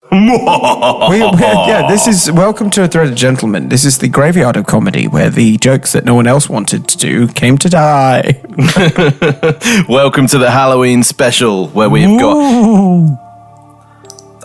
We, we- yeah, this is Welcome to a Threaded Gentleman. This is the graveyard of comedy where the jokes that no one else wanted to do came to die. Welcome to the Halloween special where we have got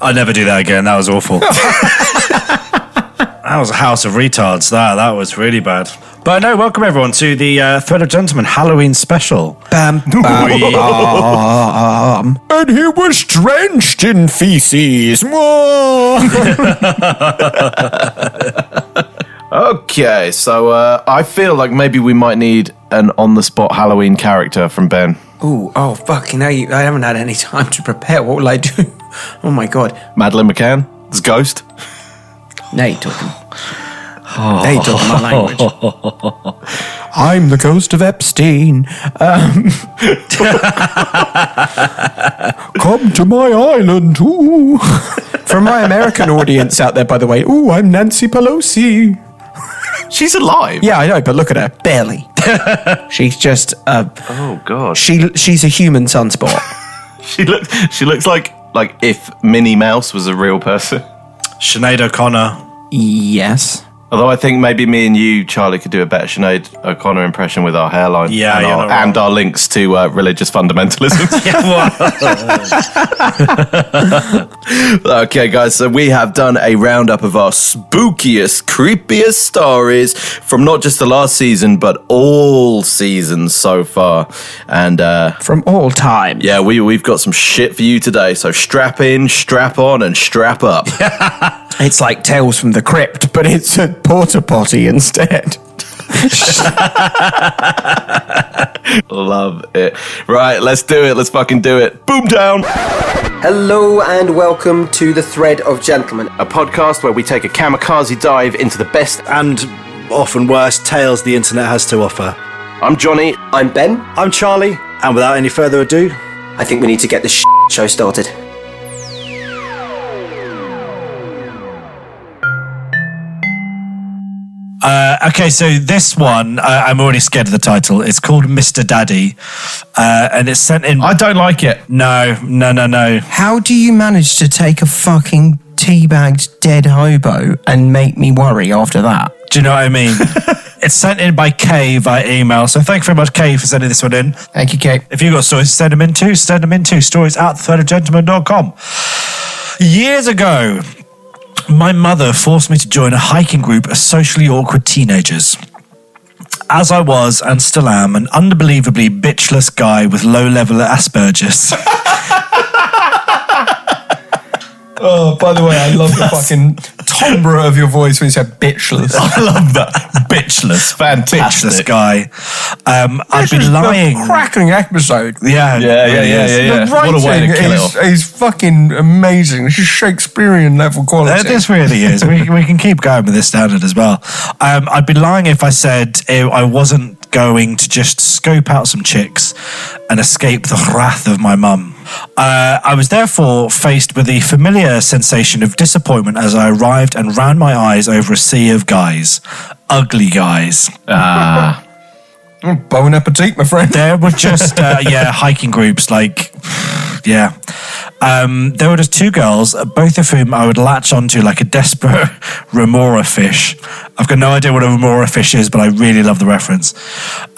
I'll never do that again. That was awful. that was a house of retards. That that was really bad. But no, welcome everyone to the uh, Thread of Gentlemen Halloween special. Bam, bam, bam. And he was drenched in feces. Okay, so uh, I feel like maybe we might need an on the spot Halloween character from Ben. Ooh, oh, fucking, I, I haven't had any time to prepare. What will I do? Oh my god. Madeline McCann? It's Ghost? Now you're talking. Now you're talking my language. Oh. I'm the ghost of Epstein. Um, come to my island, ooh. For my American audience out there, by the way, ooh, I'm Nancy Pelosi. She's alive. Yeah, I know, but look at her barely. she's just a Oh god. she. She's a human sunspot. She looks she looks like like if Minnie Mouse was a real person. Sinead O'Connor. yes. Although I think maybe me and you, Charlie, could do a better Sinead O'Connor impression with our hairline Yeah, and, you're our, not wrong. and our links to uh, religious fundamentalism. okay, guys, so we have done a roundup of our spookiest, creepiest stories from not just the last season, but all seasons so far. And uh, From all time. yeah, we, we've got some shit for you today. So strap in, strap on, and strap up. It's like Tales from the Crypt, but it's a porta potty instead. Love it. Right, let's do it. Let's fucking do it. Boom down. Hello and welcome to the Thread of Gentlemen. a podcast where we take a kamikaze dive into the best. and often worse tales the internet has to offer. I'm Johnny. I'm Ben. I'm Charlie, and without any further ado, I think we need to get this show started. Uh, okay, so this one I I'm already scared of the title. It's called Mr. Daddy, uh, and it's sent in. I don't like it. no, no, no, no. How do you manage to take a fucking teabagged dead hobo and make me worry after that? Do you know what I mean? it's sent in by Kay via email. So thank you very much, Kay, for sending this one in. Thank you, Kate. If you've got stories, send them in too. Send them in too. Stories at threadofgentleman.com. Years ago, my mother forced me to join a hiking group of socially awkward teenagers. As I was and still am an unbelievably bitchless guy with low level Asperger's. Oh, by the way, I love the fucking timbre of your voice when you say bitchless. I love that. Bitchless. Bitchless Fantastic. guy. Um, I've been lying. cracking episode. Yeah, Yeah, yeah, really yeah, is. yeah, yeah. The What a way writing to kill it is, off. is fucking amazing. It's just Shakespearean level Uh, quality. this really is. We, we can keep going with this standard as well. Um, I'd be lying if I said eh, I wasn't going to just scope out some chicks and escape the wrath of my mum. Uh, I was therefore faced with the familiar sensation of disappointment as I arrived and ran my eyes over a sea of guys. Ugly guys. Bon appetit, my friend. There were just uh, yeah hiking groups like yeah. Um, there were just two girls, uh, both of whom I would latch onto like a desperate remora fish. I've got no idea what a remora fish is, but I really love the reference.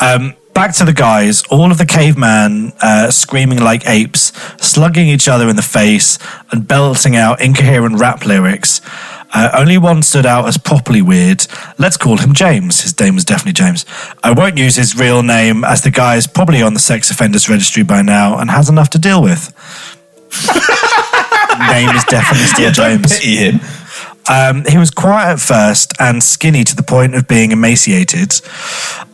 Um, back to the guys, all of the caveman uh, screaming like apes, slugging each other in the face, and belting out incoherent rap lyrics. Uh, only one stood out as properly weird. Let's call him James. His name was definitely James. I won't use his real name as the guy is probably on the sex offenders registry by now and has enough to deal with. name is definitely still James. Pity him. Um, he was quiet at first and skinny to the point of being emaciated.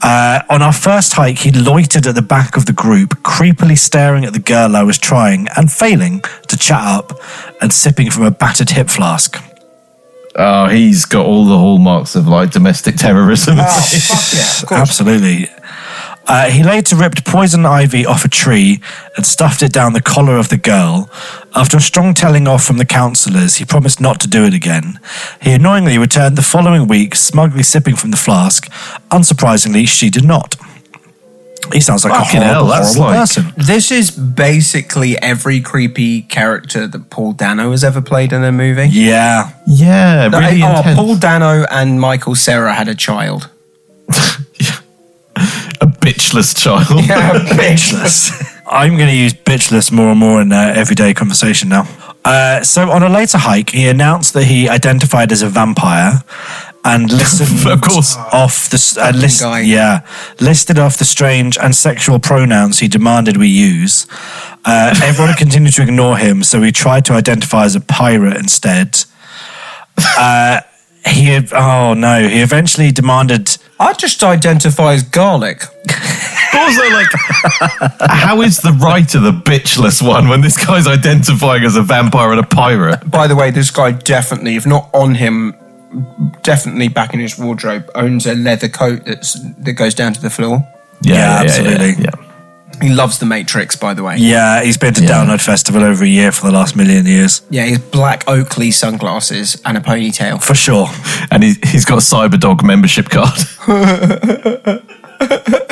Uh, on our first hike, he loitered at the back of the group, creepily staring at the girl I was trying and failing to chat up and sipping from a battered hip flask. Oh, he's got all the hallmarks of like domestic terrorism. Absolutely. Uh, he later ripped poison ivy off a tree and stuffed it down the collar of the girl. After a strong telling off from the councillors, he promised not to do it again. He annoyingly returned the following week, smugly sipping from the flask. Unsurprisingly, she did not. He sounds like Fucking a horrible, hell, that's horrible like- person. This is basically every creepy character that Paul Dano has ever played in a movie. Yeah. Yeah, really oh, intense. Paul Dano and Michael Sarah had a child. a bitchless child. bitchless. I'm going to use bitchless more and more in uh, everyday conversation now. Uh, so on a later hike, he announced that he identified as a vampire and listened Of course. off the s- uh, list, guy. yeah listed off the strange and sexual pronouns he demanded we use. Uh, everyone continued to ignore him, so he tried to identify as a pirate instead. Uh, he oh no, he eventually demanded. I just identify as garlic. also, like, how is the writer the bitchless one when this guy's identifying as a vampire and a pirate? By the way, this guy definitely, if not on him, definitely back in his wardrobe, owns a leather coat that's, that goes down to the floor. Yeah, absolutely. Yeah, He loves the Matrix, by the way. Yeah, he's been to Download Festival over a year for the last million years. Yeah, he has black Oakley sunglasses and a ponytail. For sure. And he, he's got a Cyberdog membership card.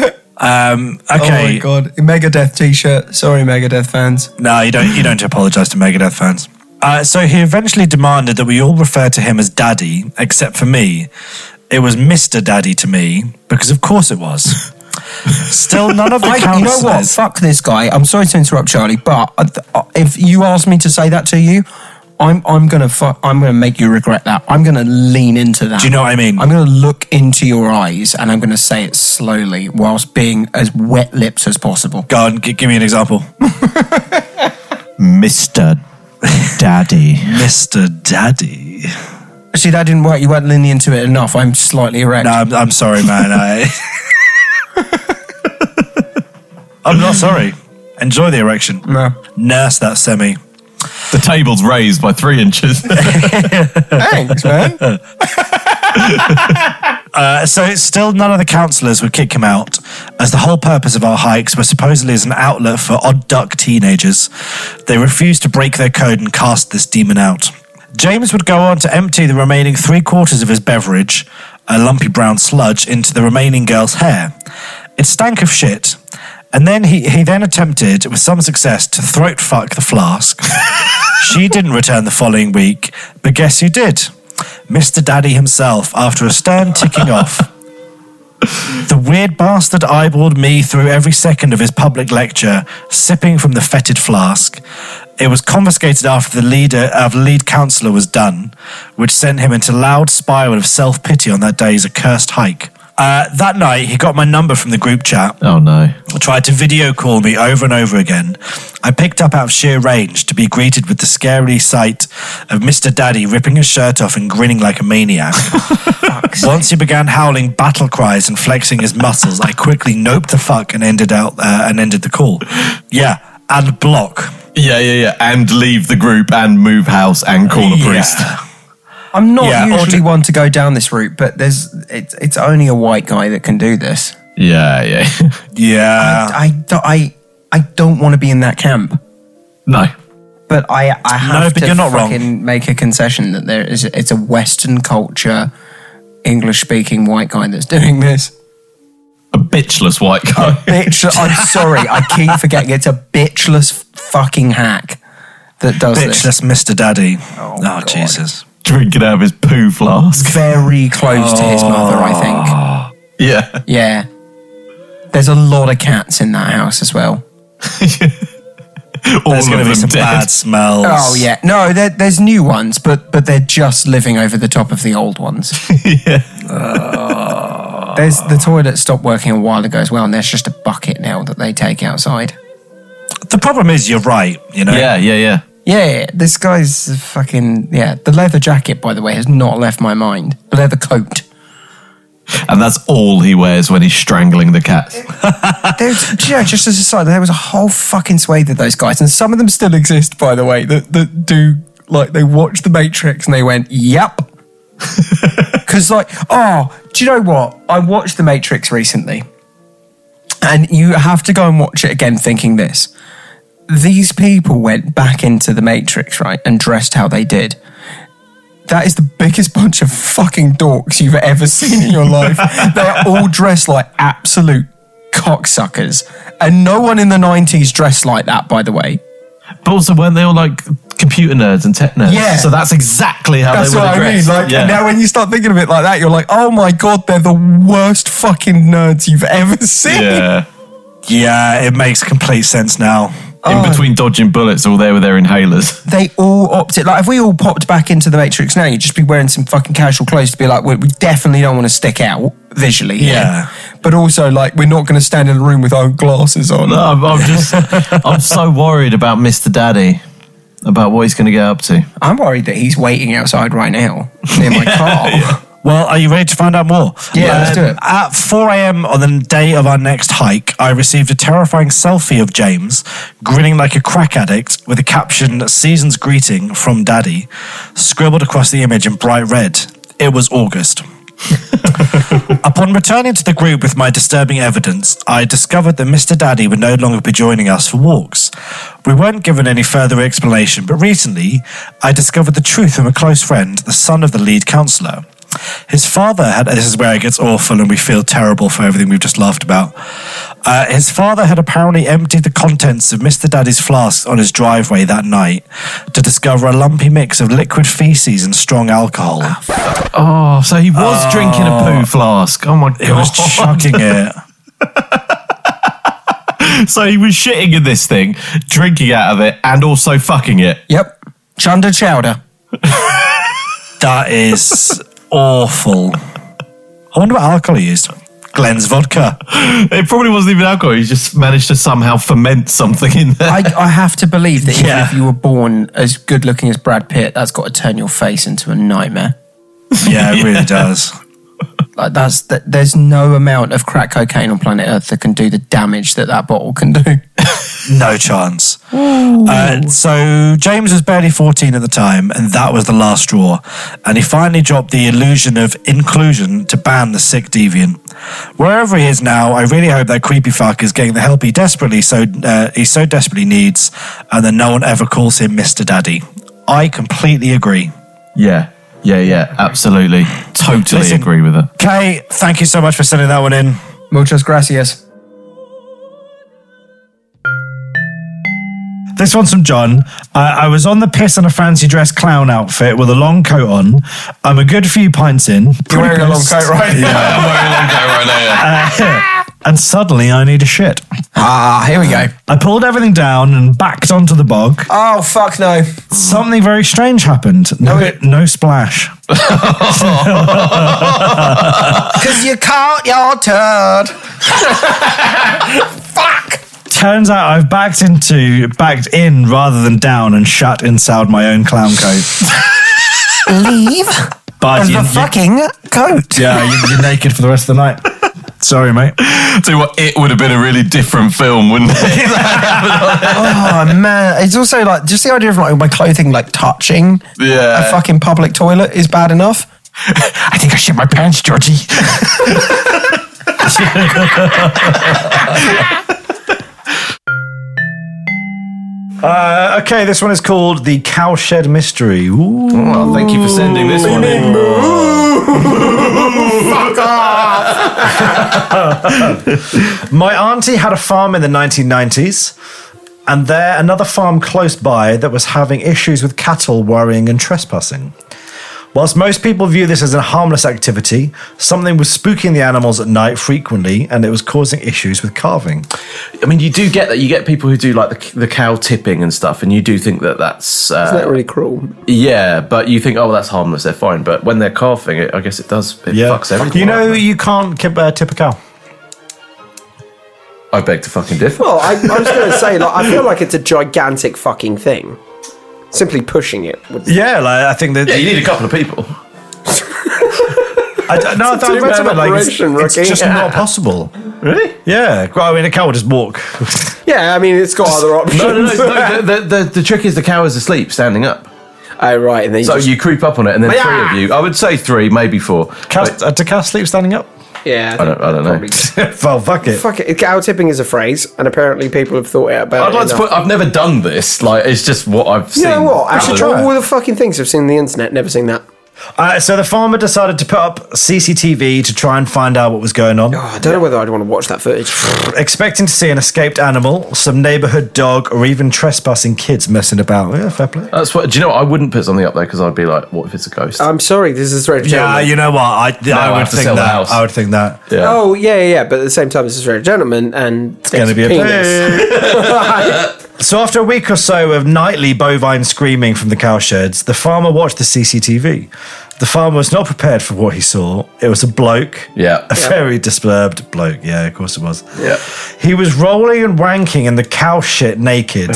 Um, Okay. Oh god, Megadeth t-shirt. Sorry, Megadeth fans. No, you don't. You don't apologise to Megadeth fans. Uh, so he eventually demanded that we all refer to him as Daddy, except for me. It was Mister Daddy to me because, of course, it was. Still, none of the I, you know what? councillors. Fuck this guy. I'm sorry to interrupt, Charlie, but I th- I- if you ask me to say that to you, I'm I'm gonna fu- I'm gonna make you regret that. I'm gonna lean into that. Do you know what I mean? I'm gonna look into your eyes and I'm gonna say it slowly, whilst being as wet lips as possible. Go on, g- give me an example, Mr. Daddy. Mister Daddy. See, that didn't work. You weren't leaning into it enough. I'm slightly erect. No, I'm, I'm sorry, man. I. I'm not sorry. Enjoy the erection. No. Nurse that semi. The table's raised by three inches. Thanks, man. Uh, So still none of the councillors would kick him out, as the whole purpose of our hikes were supposedly as an outlet for odd duck teenagers. They refused to break their code and cast this demon out. James would go on to empty the remaining three quarters of his beverage, a lumpy brown sludge, into the remaining girl's hair. It stank of shit, and then he, he then attempted, with some success, to throat fuck the flask. she didn't return the following week, but guess who did? Mr. Daddy himself, after a stern ticking off. The weird bastard eyeballed me through every second of his public lecture, sipping from the fetid flask. It was confiscated after the leader of lead counsellor was done, which sent him into loud spiral of self pity on that day's accursed hike. Uh, that night, he got my number from the group chat oh, no. tried to video call me over and over again. I picked up out of sheer range to be greeted with the scary sight of Mr. Daddy ripping his shirt off and grinning like a maniac. Once he began howling battle cries and flexing his muscles, I quickly noped the fuck and ended out uh, and ended the call. Yeah, and block. Yeah, yeah, yeah. And leave the group and move house and call a Yeah. priest. I'm not Yeah, or usually to- one to go down this route, but there's it's it's only a white guy that can do this. Yeah, yeah. Yeah. I don't, I I don't want to be in that camp, no. but I I have but to you're not wrong. fucking make a concession that there is it's a Western culture, English speaking white guy that's doing this. A bitchless white guy. Bitch, I'm sorry, I keep forgetting it's a bitchless fucking hack that does this. Bitchless Mr. Daddy. Oh, God. Jesus. Drinking out of his poo flask. Very close to his mother, Oh. I Yeah. think. Yeah, there's a lot of cats in that house as well. All There's of going to them be some dead. bad smells. Oh yeah, no, there, there's new ones, but but they're just living over the top of the old ones. there's the toilet stopped working a while ago as well, and there's just a bucket now that they take outside. The problem is, you're right, you know? Yeah, yeah, yeah. Yeah, yeah, this guy's a fucking yeah. The leather jacket, by the way, has not left my mind. The leather coat. And that's all he wears when he's strangling the cats. There's, do you know, just as a side, there was a whole fucking swathe of those guys, and some of them still exist, by the way. That that do like they watched The Matrix and they went, "Yep." Because like, oh, do you know what? I watched The Matrix recently, and you have to go and watch it again, thinking this. These people went back into The Matrix, right, and dressed how they did. That is the biggest bunch of fucking dorks you've ever seen in your life. They're all dressed like absolute cocksuckers. And no one in the 90s dressed like that, by the way. But also, weren't they all like computer nerds and tech nerds? Yeah. So that's exactly how That's they were what I mean. dressed. Like yeah. and now, when you start thinking of it like that, you're like, "Oh my god, they're the worst fucking nerds you've ever seen." yeah. Yeah, it makes complete sense now. In between dodging bullets, all there were their inhalers. They all opted. Like, if we all popped back into the Matrix now, you'd just be wearing some fucking casual clothes to be like, "We, we definitely don't want to stick out visually." here." Yeah. but also like, we're not going to stand in a room with our own glasses on. No, I'm, I'm just, I'm so worried about Mr. Daddy, about what he's going to get up to. I'm worried that he's waiting outside right now near my car. Well, are you ready to find out more? Um, Yeah, let's do it. At 4 a.m. on the day of our next hike, I received a terrifying selfie of James, grinning like a crack addict, with a caption, Season's Greeting from Daddy, scribbled across the image in bright red. It was August. Upon returning to the group with my disturbing evidence, I discovered that Mr. Daddy would no longer be joining us for walks. We weren't given any further explanation, but recently I discovered the truth from a close friend, the son of the lead counsellor. His father had, this is where it gets awful and we feel terrible for everything we've just laughed about. Uh, his father had apparently emptied the contents of Mr. Daddy's flask on his driveway that night to discover a lumpy mix of liquid feces and strong alcohol. Oh, so he was drinking a poo flask. Oh my god! It was chugging it. so he was shitting in this thing, drinking out of it, and also fucking it. Yep, Chunder Chowder. That is awful. I wonder what alcohol he used. Glenn's vodka. It probably wasn't even alcohol. He just managed to somehow ferment something in there. I, I have to believe that even Yeah. if you were born as good looking as Brad Pitt, that's got to turn your face into a nightmare. Yeah, it really does. Like that's th- there's no amount of crack cocaine on planet Earth that can do the damage that that bottle can do. No chance. Uh, so James was barely 14 at the time, and that was the last straw. And he finally dropped the illusion of inclusion to ban the sick deviant. Wherever he is now, I really hope that creepy fuck is getting the help he desperately so uh, he so desperately needs, and that no one ever calls him Mr. Daddy. I completely agree. Yeah, yeah, yeah. Absolutely, totally Listen. agree with her. Kay, thank you so much for sending that one in. Muchas gracias. This one's from John. Uh, I was on the piss in a fancy dress clown outfit with a long coat on. I'm a good few pints in. You're wearing a long pissed, coat, right? And suddenly I need a shit. Ah, here we go. I pulled everything down and backed onto the bog. Oh fuck no! Something very strange happened. No, it- no splash. Because you can't, your turd. fuck. Turns out I've backed into, backed in rather than down and shut inside my own clown coat. Leave But you, you- fucking coat. yeah, you, you're naked for the rest of the night. Sorry, mate. So what? It would have been a really different film, wouldn't it? Oh man, it's also like just the idea of like my clothing like touching Yeah. a fucking public toilet is bad enough. I think I shit my pants, Georgie. Uh, okay, this one is called the Cowshed Mystery. Ooh. Well, thank you for sending this one in. My auntie had a farm in the 1990s, and there another farm close by that was having issues with cattle worrying and trespassing. Whilst most people view this as a harmless activity, something was spooking the animals at night frequently, and it was causing issues with calving. I mean, you do get that. You get people who do like the, the cow tipping and stuff, and you do think that that's uh, Isn't that really cruel? yeah. But you think, oh, well, that's harmless. They're fine. But when they're calving, it, I guess it does. It fucks everything. you know up. you can't kip, uh, tip a cow. I beg to fucking differ. Well, I, I was going to say, like, I feel like it's a gigantic fucking thing. Simply pushing it would Yeah, like, I think that. Yeah, you need a couple of people. I, don't- no, I thought I read two-man something like it's, operation, it's Rocky. just not possible. Really? Yeah, well, I mean, a cow would just walk. Yeah, I mean, it's got other options. No, no, no. no the, the, the, the trick is the cow is asleep, standing up. oh, right, and then you So just- you creep up on it, and then Yeah. three of you. I would say three, maybe four. Cow, But uh, do cows sleep standing up? yeah, I don't. I don't know. well, fuck it. Fuck it, cow tipping is a phrase, and apparently people have thought it about I'd it like to enough. put. I've never done this. Like it's just what I've You seen. know what? I should Other- try all the fucking things I've seen on the internet. Never seen that. Uh, so the farmer decided to put up CCTV to try and find out what was going on. Oh, I don't know whether I'd want to watch that footage. expecting to see an escaped animal, some neighborhood dog, or even trespassing kids messing about. Yeah, fair play. That's what. Do you know? What? I wouldn't put something up there because I'd be like, "What if it's a ghost?" I'm sorry, this is Red Yeah, Gentleman. you know what? I, I I would have to think sell the that. house. I would think that. yeah. Oh, yeah, yeah, yeah, but at the same time, this is Red Gentleman, and it's gonna be a penis. So after a week or so of nightly bovine screaming from the cow sheds, the farmer watched the CCTV. The farmer was not prepared for what he saw. It was a bloke. Yeah. A very disturbed bloke. Yeah, of course it was. Yeah. He was rolling and wanking in the cow shit naked.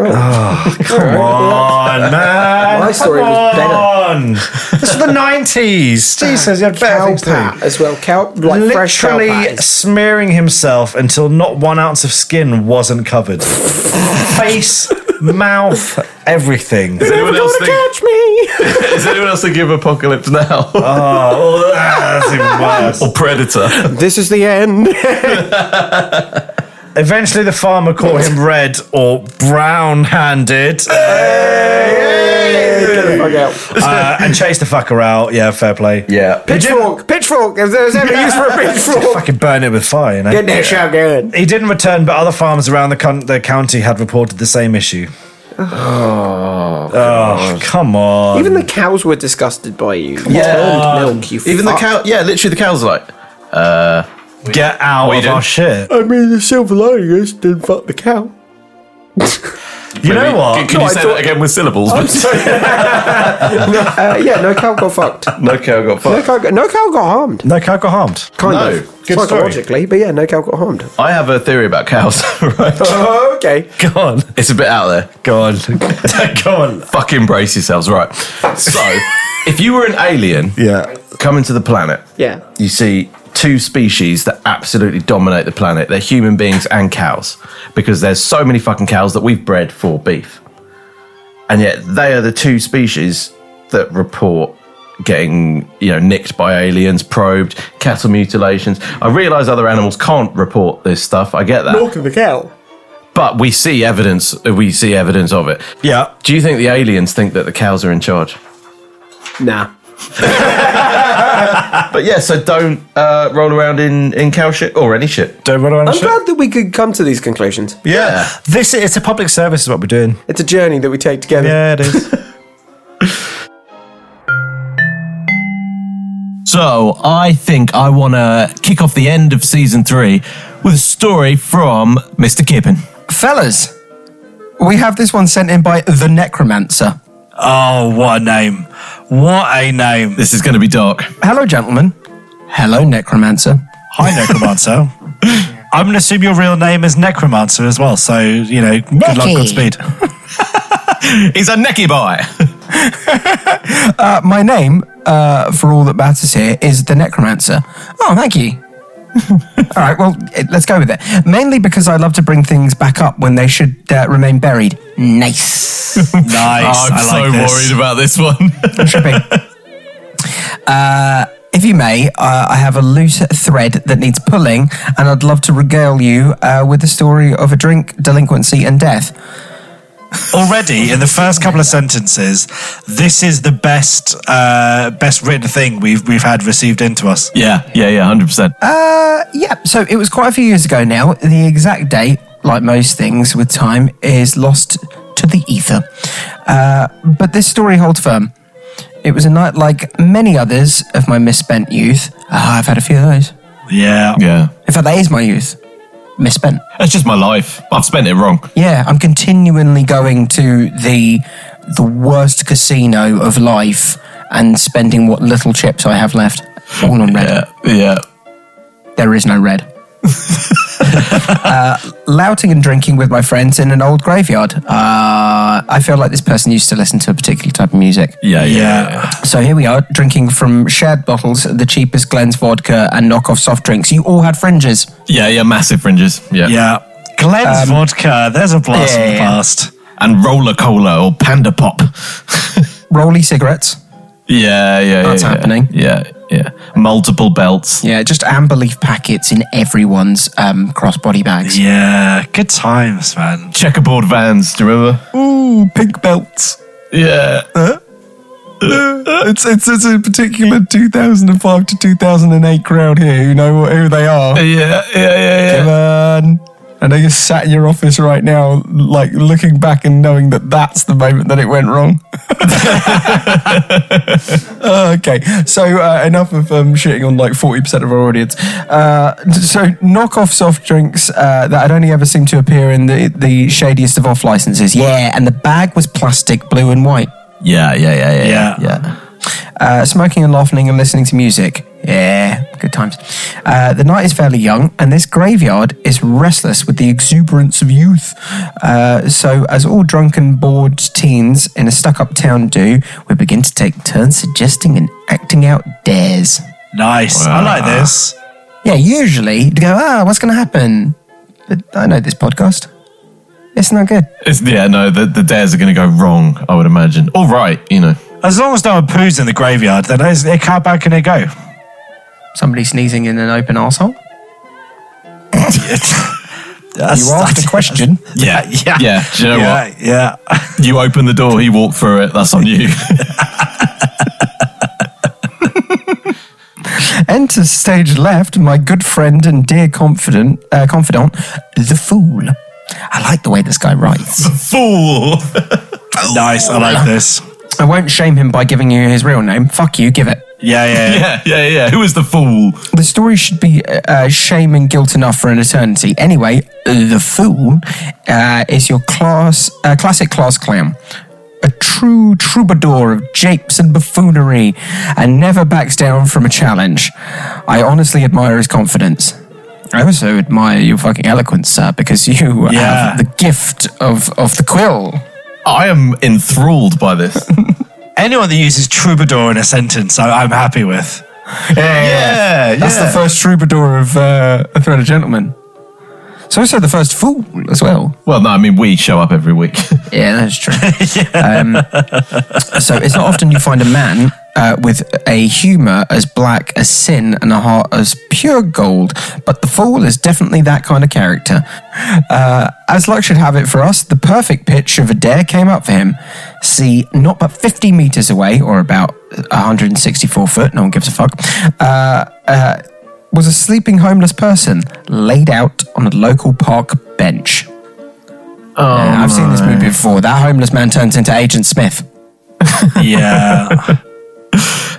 Oh, come on, man. My story come was better. on. This is the 90s. Jesus, you had better Cow things to do pat as well. Cow, like fresh cow literally pat. is- smearing himself until not one ounce of skin wasn't covered. Face, mouth, everything. Anyone else think, Catch me! is anyone else thinking of Apocalypse Now Oh, that's even worse. or Predator? This is the end. Eventually, the farmer caught him red or brown-handed Fuck out. uh, and chased the fucker out. Yeah, fair play. Yeah. Pitchfork! Pitchfork! If there's ever use for a pitchfork! Fucking burn it with fire, you know. Get that shotgun. He didn't return, but other farmers around the, con- the county had reported the same issue. Oh, come on. Even the cows were disgusted by you. Yeah. Turned milk, you Even the fuck. cow. Yeah, literally the cow's like. Get out you of our doing? shit. I mean, the silver lining is didn't fuck the cow. You know what? Can, can you say that again with syllables? Uh, yeah, no cow got fucked. no cow got No fucked. cow, got, no cow got harmed. No cow got harmed. Kind No. of. Good story. Psychologically, but yeah, no cow got harmed. I have a theory about cows. right? Oh, okay. Go on. It's a bit out there. Go on. Go on. Fucking brace yourselves. Right. So, if you were an alien Yeah. coming to the planet, Yeah. you see two species that absolutely dominate the planet. They're human beings and cows because there's so many fucking cows that we've bred for beef. And yet they are the two species that report getting, you know, nicked by aliens, probed, cattle mutilations. I realize other animals can't report this stuff. I get that. Fucking the cow. But we see evidence we see evidence of it. Yeah. Do you think the aliens think that the cows are in charge? Nah. But yeah, so don't uh, roll around in, in cow shit or any shit. Don't run around I'm and shit. glad that we could come to these conclusions. Yeah. This it's a public service is what we're doing. It's a journey that we take together. Yeah, it is. So I think I want to kick off the end of season three with a story from Mr. Kippen. Fellas, we have this one sent in by The Necromancer. Oh, what a name. What a name. This is going to be dark. Hello, gentlemen. Hello, Necromancer. Hi, Necromancer. I'm going to assume your real name is Necromancer as well. So, you know, good luck, Necky. Godspeed. He's a necky boy. Uh, my name, uh, for all that matters here, is The Necromancer. Oh, thank you. all right, well, eh, let's go with it. Mainly because I love to bring things back up when they should uh, remain buried. Nice. Nice. Oh, I'm I so like this. worried about this one. Tripping. uh, if you may, uh, I have a loose thread that needs pulling, and I'd love to regale you uh, with the story of a drink, delinquency, and death. Already in the first couple of sentences, this is the best, uh, best written thing we've we've had received into us. yeah, yeah, yeah, hundred percent. Uh, Yeah, so it was quite a few years ago now. The exact date, like most things with time, is lost to the ether. Uh, but this story holds firm. It was a night like many others of my misspent youth. Ah, I've had a few of those. Yeah. Yeah, In fact, that is my youth. Misspent. that's just my life. I've spent it wrong. Yeah, I'm continually going to the the worst casino of life and spending what little chips I have left all on red. yeah. There is no red. Uh, louting and drinking with my friends in an old graveyard. Uh, I feel like this person used to listen to a particular type of music. Yeah, yeah, Yeah. So here we are, drinking from shared bottles, the cheapest Glen's vodka and knockoff soft drinks. You all had fringes. yeah, yeah. Massive fringes, yeah, Yeah. Glenn's vodka. There's a blast from yeah, the yeah. past. and roller cola or panda pop. Roly cigarettes. yeah, yeah, That's yeah, yeah. happening. Yeah, yeah. Multiple belts. Yeah, just amber leaf packets in everyone's um, crossbody bags. Yeah. Good times, man. Checkerboard vans. Do you remember? Ooh, pink belts. Yeah. it's, it's it's a particular 2005 to 2008 crowd here who know who they are. yeah, yeah, yeah, yeah. Come on. And they just sat in your office right now, like looking back and knowing that that's the moment that it went wrong. Oh, okay, so uh, enough of um, shitting on like 40% of our audience. Uh, so, knockoff soft drinks uh, that had only ever seemed to appear in the, the shadiest of off licenses. Yeah, and the bag was plastic, blue, and white. Yeah, yeah, yeah, yeah, yeah. Yeah. yeah. Uh, smoking and laughing and listening to music. Yeah, good times. Uh, the night is fairly young, and this graveyard is restless with the exuberance of youth. Uh, so, as all drunken, bored teens in a stuck up town do, we begin to take turns suggesting and acting out dares. Nice. I like this. Yeah, usually you go, ah, what's going to happen? But I know this podcast. It's not good. It's, yeah, no, the, the dares are going to go wrong, I would imagine. All right, you know. As long as no one poos in the graveyard, then it's, it, how bad can it go? Somebody sneezing in an open asshole. That's- You asked a question. Yeah, yeah, Yeah, do you know yeah, yeah. what? You open the door, he walked through it. That's on you. Enter stage left, my good friend and dear confidant, uh, confidant, the fool. I like the way this guy writes. Fool! nice. I like this. I won't shame him by giving you his real name. Fuck you, give it. Yeah, yeah, yeah. Yeah, yeah, yeah. Who is the fool? The story should be uh, uh, shame and guilt enough for an eternity. Anyway, the fool uh, is your class, uh, classic class clown. A true troubadour of japes and buffoonery, and never backs down from a challenge. I honestly admire his confidence. I also admire your fucking eloquence, sir, because you Yeah. have the gift of, of the quill. I am enthralled by this. Anyone that uses troubadour in a sentence, I, I'm happy with. yeah, That's the first troubadour of uh, A Thread of Gentlemen. It's also the first fool as well. Well, no, I mean, we show up every week. Yeah, that's true. um, so it's not often you find a man uh, with a humour as black as sin and a heart as pure gold, but the fool is definitely that kind of character. Uh, as luck should have it for us, the perfect pitch of a dare came up for him. See, not but 50 metres away, or about 164 foot, no one gives a fuck. Uh, uh, was a sleeping homeless person laid out on a local park bench. Yeah, I've seen this movie before. That homeless man turns into Agent Smith. Yeah,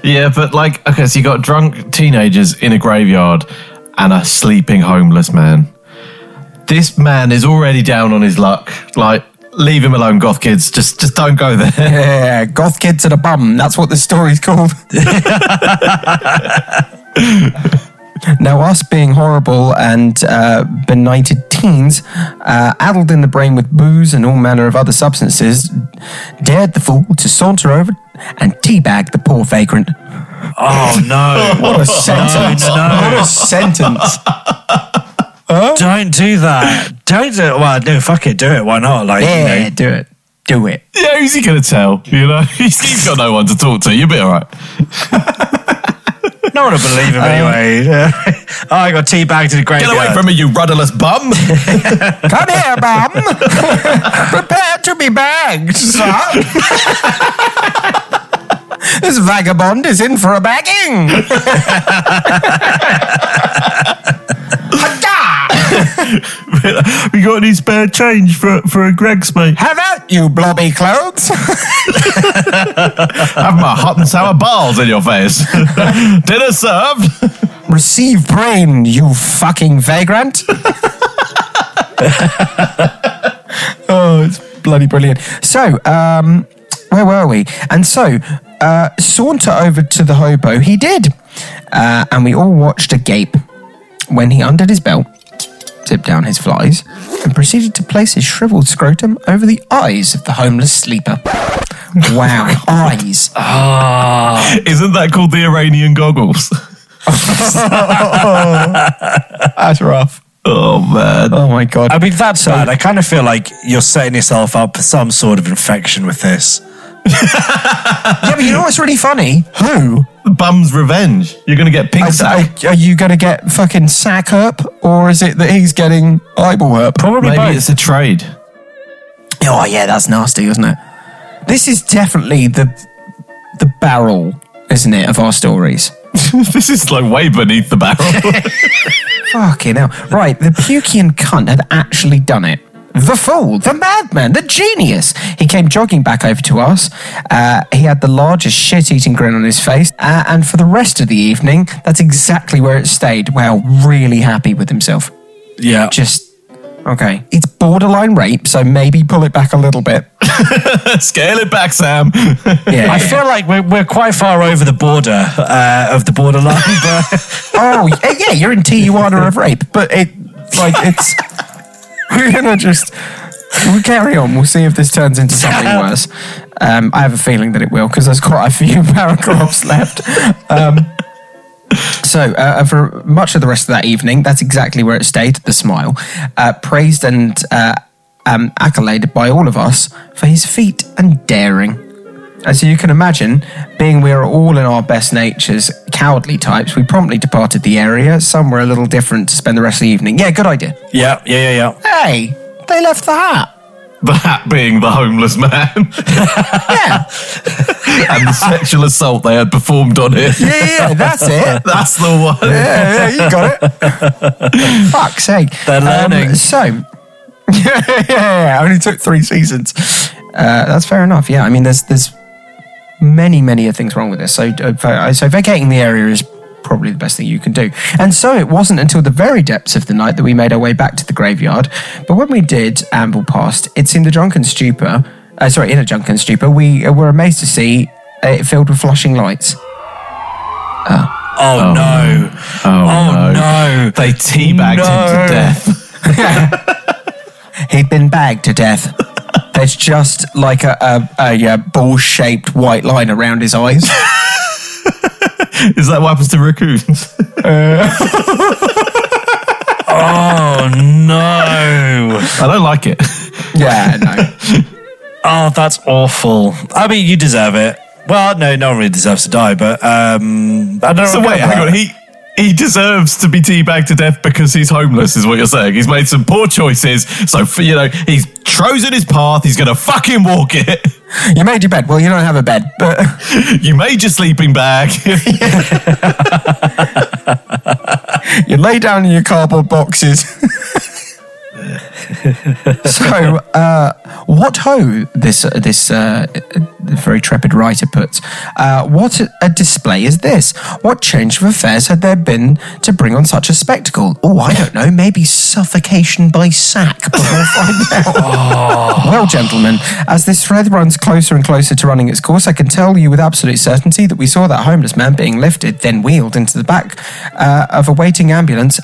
yeah, but like, okay, so you got drunk teenagers in a graveyard and a sleeping homeless man. This man is already down on his luck. Like, leave him alone, goth kids. Just, just don't go there. Yeah, Uh, goth kid to the bum. That's what this story's called. now, us being horrible and uh, benighted teens, uh, addled in the brain with booze and all manner of other substances, dared the fool to saunter over and teabag the poor vagrant. Oh no! What a sentence! no. What a sentence! Don't do that. Don't do it. Well, no, fuck it. Do it. Why not? Like, you Yeah, know, do it. Do it. Yeah, who's he gonna tell? You know, he's, he's got no one to talk to. You'll be all right. no one will believe him anyway. oh, I got teabagged Um, in a Get graveyard. away from me, you rudderless bum! Come here, bum. Prepare to be bagged, sir. this vagabond is in for a bagging. Hadda! we got any spare change for for a Greg's, mate? Have out, you blobby clothes. Have my hot and sour balls in your face. Dinner served. Receive brain, you fucking vagrant. oh, it's bloody brilliant. So, um, where were we? And so, uh, saunter over to the hobo he did. Uh, and we all watched agape when he undid his belt, zipped down his flies, and proceeded to place his shriveled scrotum over the eyes of the homeless sleeper. Wow, eyes. Isn't that called the Iranian goggles? That's rough. Oh man. Oh my god. I mean, that's bad. I kind of feel like you're setting yourself up for some sort of infection with this. yeah, but you know what's really funny? Who? The bum's revenge. You're gonna get pink Are, sack. are you going to get fucking sack up, or is it that he's getting eyeball up? Probably Maybe both. it's a trade. Oh yeah, that's nasty, isn't it? This is definitely the the barrel, isn't it, of our stories? this is like way beneath the barrel. Fucking hell. Right, the Pukian cunt had actually done it. The fool, the madman, the genius. He came jogging back over to us. Uh, he had the largest shit eating grin on his face. Uh, and for the rest of the evening, that's exactly where it stayed. Wow, really happy with himself. Yeah. Just, okay. It's borderline rape, so maybe pull it back a little bit. Scale it back, Sam. Yeah. I feel like we're, we're quite far over the border uh, of the borderline, but oh, yeah, yeah, you're in Tijuana of rape, but it, like, it's. We're gonna just. We'll carry on. We'll see if this turns into something worse. Um, I have a feeling that it will because there's quite a few paragraphs left. Um, so, uh, for much of the rest of that evening, that's exactly where it stayed the smile, uh, praised and uh, um, accoladed by all of us for his feat and daring. As you can imagine, being we are all in our best natures, cowardly types, we promptly departed the area, somewhere a little different to spend the rest of the evening. Yeah, good idea. yeah, yeah, yeah, yeah. Hey, they left the hat. the hat being the homeless man. and the sexual assault they had performed on him. Yeah, yeah, that's it. That's the one. Yeah, yeah, you got it. Fuck's sake. They're Um, learning. so, yeah, yeah, yeah, I only took three seasons. Uh, that's fair enough. Yeah, I mean, there's there's many, many of things wrong with this. So, uh, va- so vacating the area is probably the best thing you can do. And so it wasn't until the very depths of the night that we made our way back to the graveyard. But when we did amble past, it seemed a drunken stupor. Uh, sorry, in a drunken stupor, we uh, were amazed to see it filled with flashing lights. Oh, no. Oh, no. They teabagged him No. to death. He'd been bagged to death. There's just like a, a, a, yeah, ball-shaped white line around his eyes. Is that what happens to raccoons? Oh, no. I don't like it. yeah, no. Oh, that's awful. I mean, you deserve it. Well, no, no one really deserves to die, but um, I don't So wait, hang on. He he deserves to be teabagged to death because he's homeless, is what you're saying. He's made some poor choices. So f- you know, he's chosen his path. He's gonna fucking walk it. You made your bed. Well, you don't have a bed, but You made your sleeping bag. you lay down in your cardboard boxes. so, uh, what ho? This uh, this uh, very trepid writer puts. Uh, what a, a display is this? What change of affairs had there been to bring on such a spectacle? Oh, I don't know. Maybe suffocation by sack. But we'll find out. Well, gentlemen, as this thread runs closer and closer to running its course, I can tell you with absolute certainty that we saw that homeless man being lifted, then wheeled into the back uh, of a waiting ambulance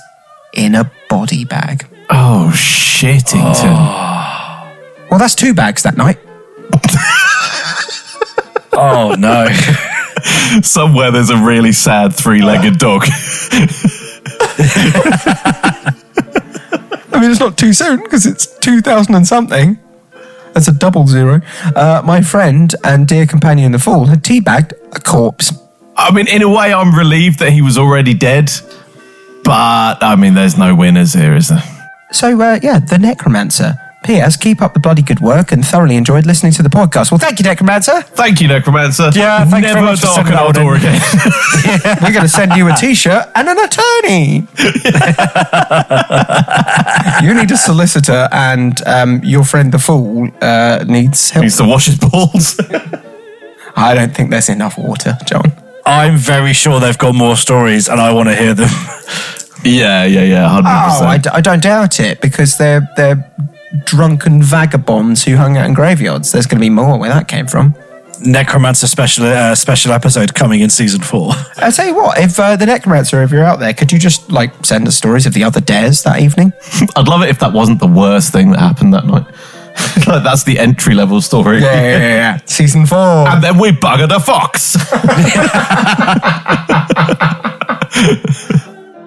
in a body bag. Oh, shittington. Oh. Well, that's two bags that night. Oh, no. Somewhere there's a really sad three-legged dog. I mean, it's not too soon because it's 2000 and something. That's a double zero. Uh, my friend and dear companion in the fall had teabagged a corpse. I mean, in a way, I'm relieved that he was already dead. But I mean, there's no winners here, is there? So, uh, yeah, the necromancer. P.S. Keep up the bloody good work and thoroughly enjoyed listening to the podcast. Well, thank you, necromancer. Thank you, Necromancer. Yeah, thanks never very much for darken sending that our one door in. again. We're going to send you a T-shirt and an attorney. you need a solicitor, and um, your friend the fool uh, needs help. Needs to wash his balls. I don't think there's enough water, John. I'm very sure they've got more stories, and I want to hear them. yeah, yeah, yeah, hundred Oh, I, percent. d- I don't doubt it because they're they're drunken vagabonds who hung out in graveyards. There's going to be more where that came from. Necromancer special uh, special episode coming in season four. I tell you what, if uh, the necromancer, if you're out there, could you just like send us stories of the other dares that evening? I'd love it if that wasn't the worst thing that happened that night. like that's the entry level story. yeah, yeah, yeah. Season four. And then we buggered a fox.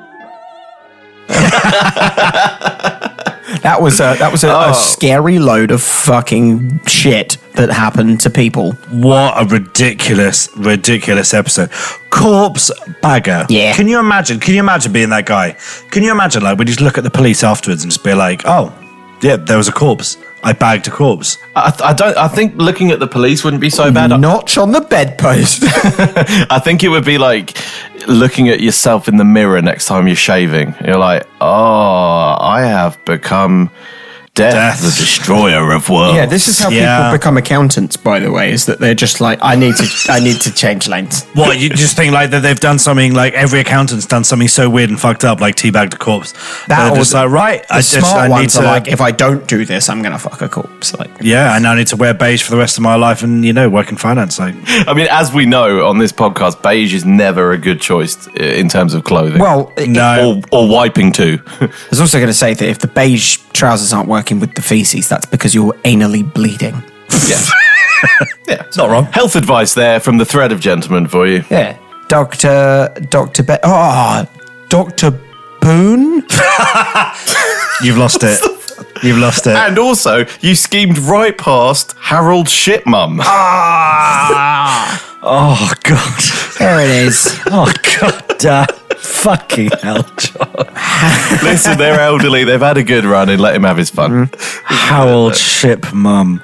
That was a that was a, a scary load of fucking shit that happened to people. What a ridiculous, ridiculous episode. Corpse bagger. Yeah. Can you imagine? Can you imagine being that guy? Can you imagine like we just look at the police afterwards and just be like, oh, yeah, there was a corpse. I bagged a corpse. I, I don't. I think looking at the police wouldn't be so bad. Notch on the bedpost. I think it would be like looking at yourself in the mirror next time you're shaving. You're like, oh, I have become death, Death. the destroyer of worlds. yeah, this is how Yeah. people become accountants, by the way, is that they're just like, I need to, I need to change lanes. What you just think like that they've done something like every accountant's done something so weird and fucked up like teabagged a corpse. That They're or just the- like right, The I just smart I need ones to are like, if I don't do this, I'm gonna fuck a corpse. Like, yeah, I now need to wear beige for the rest of my life and you know work in finance. Like I mean, as we know on this podcast, beige is never a good choice uh, in terms of clothing. well, no, or, or wiping too. I was also gonna say that if the beige trousers aren't working with the feces, that's because you're anally bleeding. yeah. yeah. It's not wrong. Health advice there from the thread of gentlemen for you. Yeah, Doctor, Doctor, Be- ah, oh, Doctor Boone. you've lost it. You've lost it. And also, you schemed right past Harold Shitmum. Ah. oh god. There it is. Oh god. Uh, fucking hell. John. Listen, they're elderly. They've had a good run and let him have his fun. How old ship mum?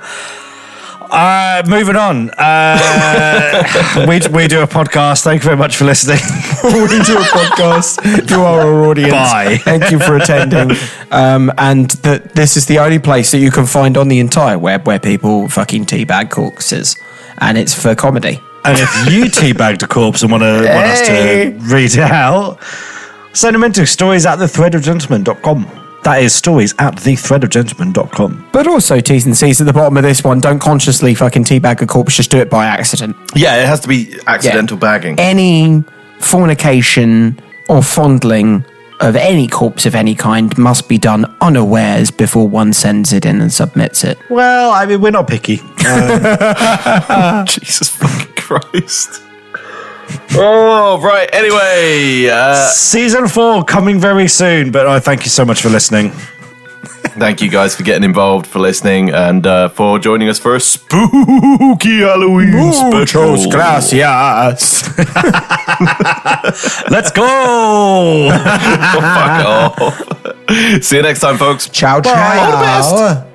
Uh, moving on. Uh, we, we do a podcast. Thank you very much for listening. we do a podcast to our audience. Bye. Thank you for attending. Um, and that this is the only place that you can find on the entire web where people fucking teabag corpses, and it's for comedy. And if you teabagged a corpse and want, to, want us Hey. to read it out, send them into stories at thethreadofgentleman.com. That is stories at thethreadofgentleman.com. But also T's and C's at the bottom of this one. Don't consciously fucking teabag a corpse. Just do it by accident. Yeah, it has to be accidental bagging. Any fornication or fondling of any corpse of any kind must be done unawares before one sends it in and submits it. Well, I mean, we're not picky. Jesus fucking Christ. oh, right. Anyway, uh, Season four coming very soon, but I thank you so much for listening. thank you guys for getting involved, for listening, and uh, for joining us for a spooky Halloween special. gracias. Let's go! Fuck off. See you next time, folks. Ciao, ciao. All the best.